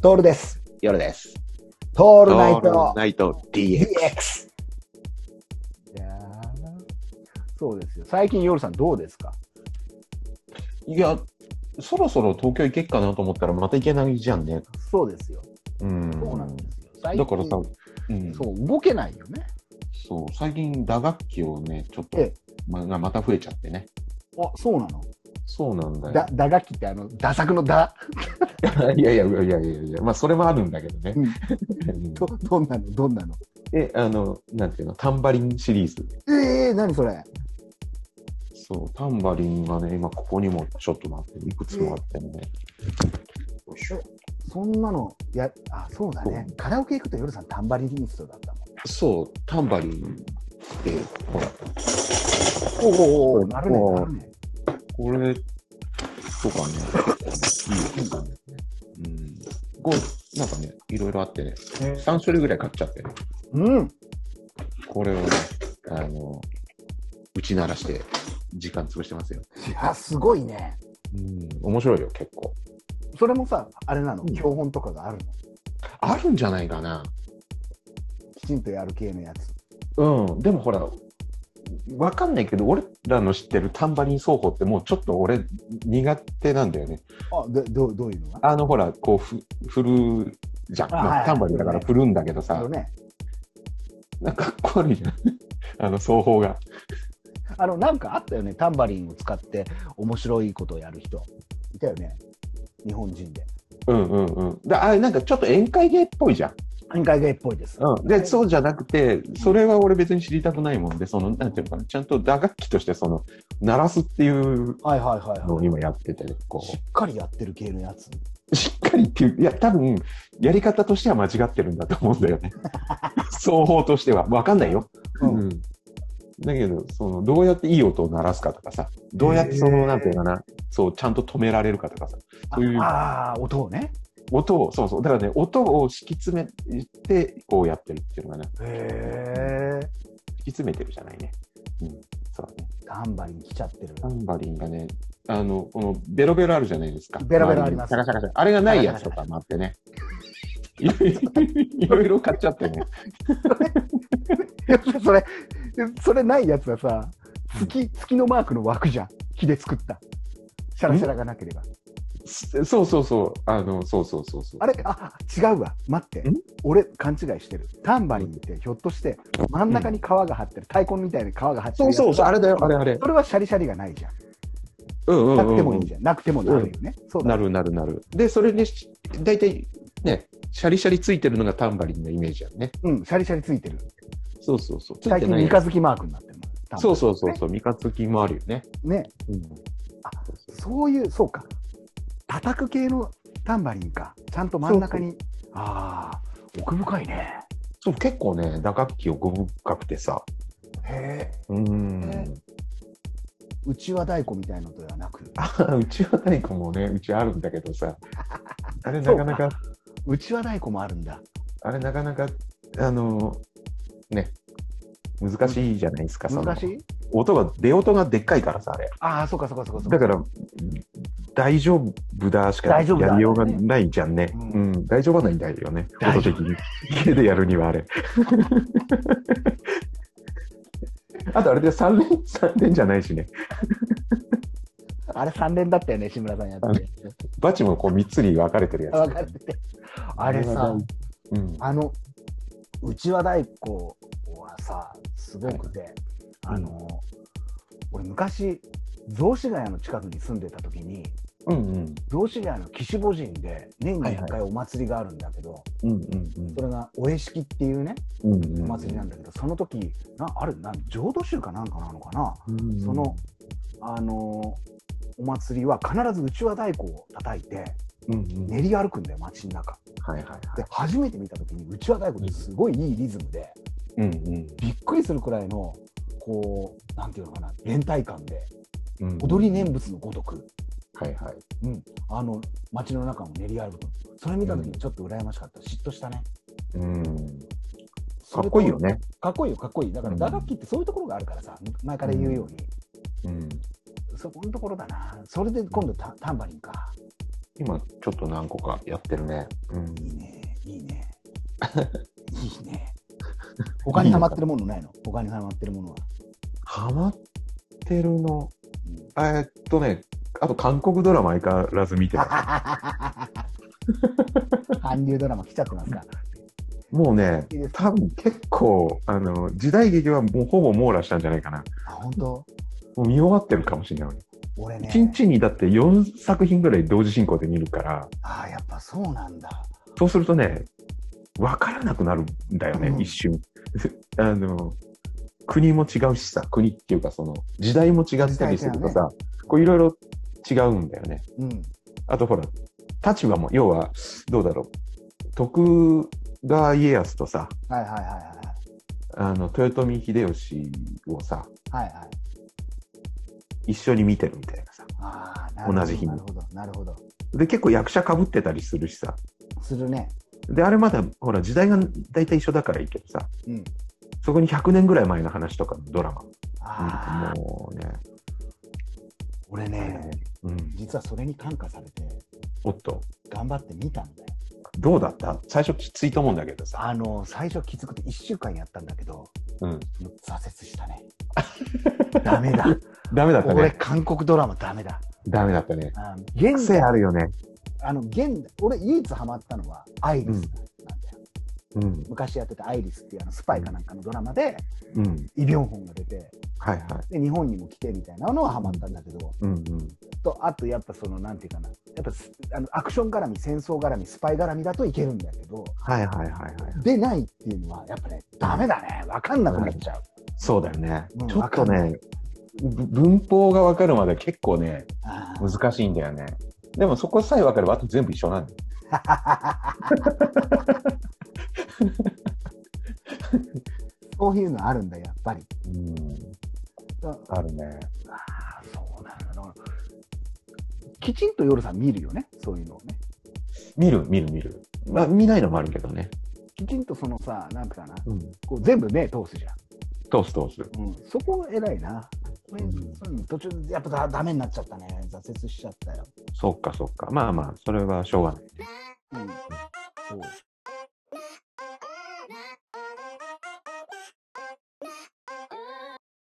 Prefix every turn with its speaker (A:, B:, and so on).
A: トールです。
B: 夜です。
A: ト
B: オ
A: ールナイト
B: ナイト
A: DX。
B: DX。
A: いやーそうですよ。最近、夜さんどうですか
B: いや、そろそろ東京行けっかなと思ったらまた行けないじゃんね。
A: そうですよ。
B: うん。
A: そうなんですよ。最
B: だからさ、うん、そう
A: そう、動けないよね。
B: 最近打楽器をね、ちょっと、
A: え
B: まがまた増えちゃってね。
A: あ、そうなの
B: そうなんだよ
A: だ、。打楽器ってあの、打作の打、
B: いやいやいやいやいやいや、まあそれもあるんだけどね。
A: うん
B: うん
A: ど、どんなのどんなの
B: え、あの、なんていうの、タンバリンシリーズ。
A: ええー、何それ
B: そう、タンバリンがね、今ここにもちょっとなってる、いくつもあってね。よいしょ
A: そんなの、や、あ、そうだね。カラオケ行くと夜さんタンバリニストだったもん。
B: そう、タンバリンって、ほら、
A: おお
B: おう
A: なるね、
B: おう
A: なるね。
B: これとかね、いいよね。うん。こう、なんかね、いろいろあってね、3種類ぐらい買っちゃって、
A: うん。
B: これをね、あの、打ち鳴らして、時間潰してますよ。
A: いや、すごいね。
B: うん、面白いよ、結構。
A: それもさ、あれなの、
B: うん
A: 標本とかがあるの。
B: あるんじゃないかな。
A: きちんとやる系のやつ。
B: うん、でもほら、わかんないけど、俺らの知ってるタンバリン奏法ってもうちょっと俺苦手なんだよね。
A: あ、で、どう、どういうのが
B: あのほら、こうふ振るじゃん。
A: あ
B: まあ
A: はい
B: タンバリンだから振るんだけどさ、
A: あのね、
B: なんかかっこ悪いじゃん。 あの奏法が。
A: あの、なんかあったよね。タンバリンを使って面白いことをやる人。いたよね。日本人で。
B: うんうんうん。で、あれなんかちょっと宴会芸っぽいじゃん。
A: 宴会芸っぽいです。
B: うん。で、そうじゃなくて、それは俺別に知りたくないもんで、その、なんていうのかな、ちゃんと打楽器として、その、鳴らすっていう
A: はいはいはい
B: の
A: は
B: を今やっててね、こ
A: い。 しっかりやってる系のやつ。
B: う、しっかりっていう、いや、多分、やり方としては間違ってるんだと思うんだよ ね。奏法としては。わかんないよ。
A: うん。
B: うんだけど、その、どうやっていい音を鳴らすかとかさ、どうやってそ
A: へー
B: の、なんていうかな、そう、ちゃんと止められるかとかさ、そういう
A: ああー、音をね。
B: 音を、そうそう、だからね、音を敷き詰めて、こうやってるっていうのがね、
A: へえ。
B: 敷き詰めてるじゃないね。うん、そうだね。
A: タンバリン来ちゃって る。
B: タンバリンがね、あの、このベロベロあるじゃないですか。
A: ベロベロあります
B: 周にシャカシャカシャカあれがないやつとかもあってね。いろいろいろいろ買っちゃってね。
A: それ、それないやつはさ、月、月のマークの枠じゃん。木で作った。シャラシャラがなければ。
B: そそうそうそう、あの、そうそうそうそう。
A: あれあ、違うわ。待って
B: ん。
A: 俺、勘違いしてる。タンバリンって、ひょっとして、真ん中に皮が張ってる。太鼓みたいに皮が張ってる
B: そう
A: やつ。
B: そうそう、あれだよ、あれあれ。
A: それはシャリシャリがないじゃん。
B: うんうんうん、うん。
A: なくてもいいじゃん。なくてもなるよね。そうだ
B: な。るなるなる。で、それで、し大体ね、シャリシャリついてるのがタンバリンのイメージやんね。
A: うん、シャリシャリついてる。
B: そうそうそう。つい
A: 最
B: て
A: 近、
B: ない
A: 三日月マークになってるもんタンバリン
B: そうそうそうそう、三日月もあるよね。
A: ね。
B: うん。
A: あそういう、そうか。叩く系のタンバリンか。ちゃんと真ん中に。ああ、奥深いね。
B: そう、結構ね、打楽器をご深くてさ。
A: へえ。
B: うん。
A: うちわ太鼓みたいのではなく、
B: あうちは太鼓もね、うちあるんだけどさ。あれなかなか、
A: うちわ太鼓もあるんだ。
B: あれなかなか、あの、ね、難しいじゃないですか、その
A: 難しい
B: 音が、出音がでっかいからさ、あれ。
A: ああ、そうかそうかそうかそう
B: だ
A: か。
B: から、大丈夫だしか
A: 大丈夫だ
B: やりようがないじゃんね。
A: うん
B: うん、大丈夫はないんだよね。
A: 大
B: 音
A: 丈
B: 的に。家でやるには あれ。あとあれで3連、三連じゃないしね。
A: あれ3連だったよね、志村さんやってて。
B: バチもこう3つに分かれてるやつ。
A: あ分かってて。あれさ、
B: うん。
A: あの、うちわ太鼓はさ、すごくて、あの、俺昔、雑司ヶ谷の近くに住んでた時に、
B: うんうん。
A: 雑司ヶ谷の岸母神で年に
B: はいはい
A: 1回お祭りがあるんだけど、
B: うんうん
A: それがお絵式っていうね
B: うん。うんうん
A: お祭りなんだけど、その時なあれな浄土宗かなんかなのかな、
B: うん
A: その、あのーお祭りは必ずうちわ太鼓を叩いて
B: うんうん。
A: 練り歩くんだよ街の中
B: はいはいはい。
A: で初めて見た時にうちわ太鼓ってすごいいいリズムで
B: うんうん
A: びっくりするくらいのこうなんていうのかな連帯感で
B: うん。
A: 踊り念仏のごとく
B: はいはい。
A: あの街の中を練り歩くそれ見た時にちょっと羨ましかった嫉妬したね
B: うん。かっこいいよね。
A: かっこいいよかっこいいだから
B: うん
A: 打楽器ってそういうところがあるからさ前から言うように、
B: うん。
A: そこのところだなそれで今度タタンバリンか
B: 今、ちょっと何個かやってるね。うん。
A: いいね、いい ね。いいね。他にハマってるものないの他にハマってるものは。
B: ハマってるの。
A: うん
B: えーっとね、あと韓国ドラマ相変わらず見てる。
A: 韓流ドラマ来ちゃってますか。
B: もうね、
A: いいですか
B: 多分結構、あの、時代劇はもうほぼ網羅したんじゃないかな。
A: あ、本当
B: もう見終わってるかもしれない。
A: 俺ね。
B: 一日にだって4作品ぐらい同時進行で見るから、
A: ああ、やっぱそうなんだ。
B: そうするとね、わからなくなるんだよね、
A: うん
B: 一瞬。 あの、国も違うしさ、国っていうかその、時代も違ったりすると
A: 時代だ
B: さ、こういろいろ違うんだよね。
A: うん。
B: あとほら、立場も、要は、どうだろう。徳川家康とさ、
A: はいはいはいはい
B: あの、豊臣秀吉をさ、
A: はい。はいはい。
B: 一緒に見てるみたいなさ。
A: ああ、なるほど
B: 同じ日に
A: なるほど、なるほど。
B: で、結構役者被ってたりするしさ。
A: するね。
B: で、あれまだ、ほら、時代が大体一緒だからいいけどさ、
A: うん。
B: そこに100年ぐらい前の話とかのドラマ
A: ああ、
B: もうね、
A: 俺ね、
B: うん、
A: 実はそれに感化されて、
B: おっと、
A: 頑張ってみたんだよ。
B: どうだった最初きついと思うんだけどさ、
A: あの、最初きつくて1週間やったんだけど、
B: うん、
A: もう挫折した ね。ダメだ。
B: ダメだった
A: 俺、
B: ね。
A: 韓国ドラマダメだ。
B: ダメだったね。
A: うん現
B: 癖
A: 代、
B: あるよね。
A: あの、現代、俺、唯一ハマったのは、アイリスなんだよ。
B: うん、
A: 昔やってたアイリスっていうあのスパイかなんかのドラマで、
B: うん、
A: イ・ビョンホンが出て、
B: はいはい。
A: で、日本にも来てみたいなのはハマったんだけど、
B: うん、うん。
A: と、あと、やっぱその、なんていうかな、やっぱすあのアクション絡み、戦争絡み、スパイ絡みだといけるんだけど、
B: はいはいはいはい。
A: でないっていうのは、やっぱね、ダメだね。わかんなくなっちゃう。
B: そうだよね。
A: うん
B: ちょっと
A: わかんな
B: ね、ぶ文法がわかるまで結構ね、
A: あー
B: 難しいんだよね。でもそこさえ分かれば、あと全部一緒なんだよ。
A: そういうのあるんだ、やっぱり。
B: うん、
A: あ
B: あるね。
A: あ、そうなんだ。きちんと夜さん見るよね、そういうのをね。
B: 見る、見る、見る。まあ、見ないのもあるけどね。
A: きちんとそのさ、なんかな、
B: うん。
A: こう全部目通すじゃ
B: 通す、通す。
A: ん。うん、そこ偉いな。これ
B: うん
A: そういうの途中でやっぱだダメになっちゃったね。挫折しちゃったよ。嗯
B: そっか、そっか。まあまあ、それはしょうがない。
A: うん。そう。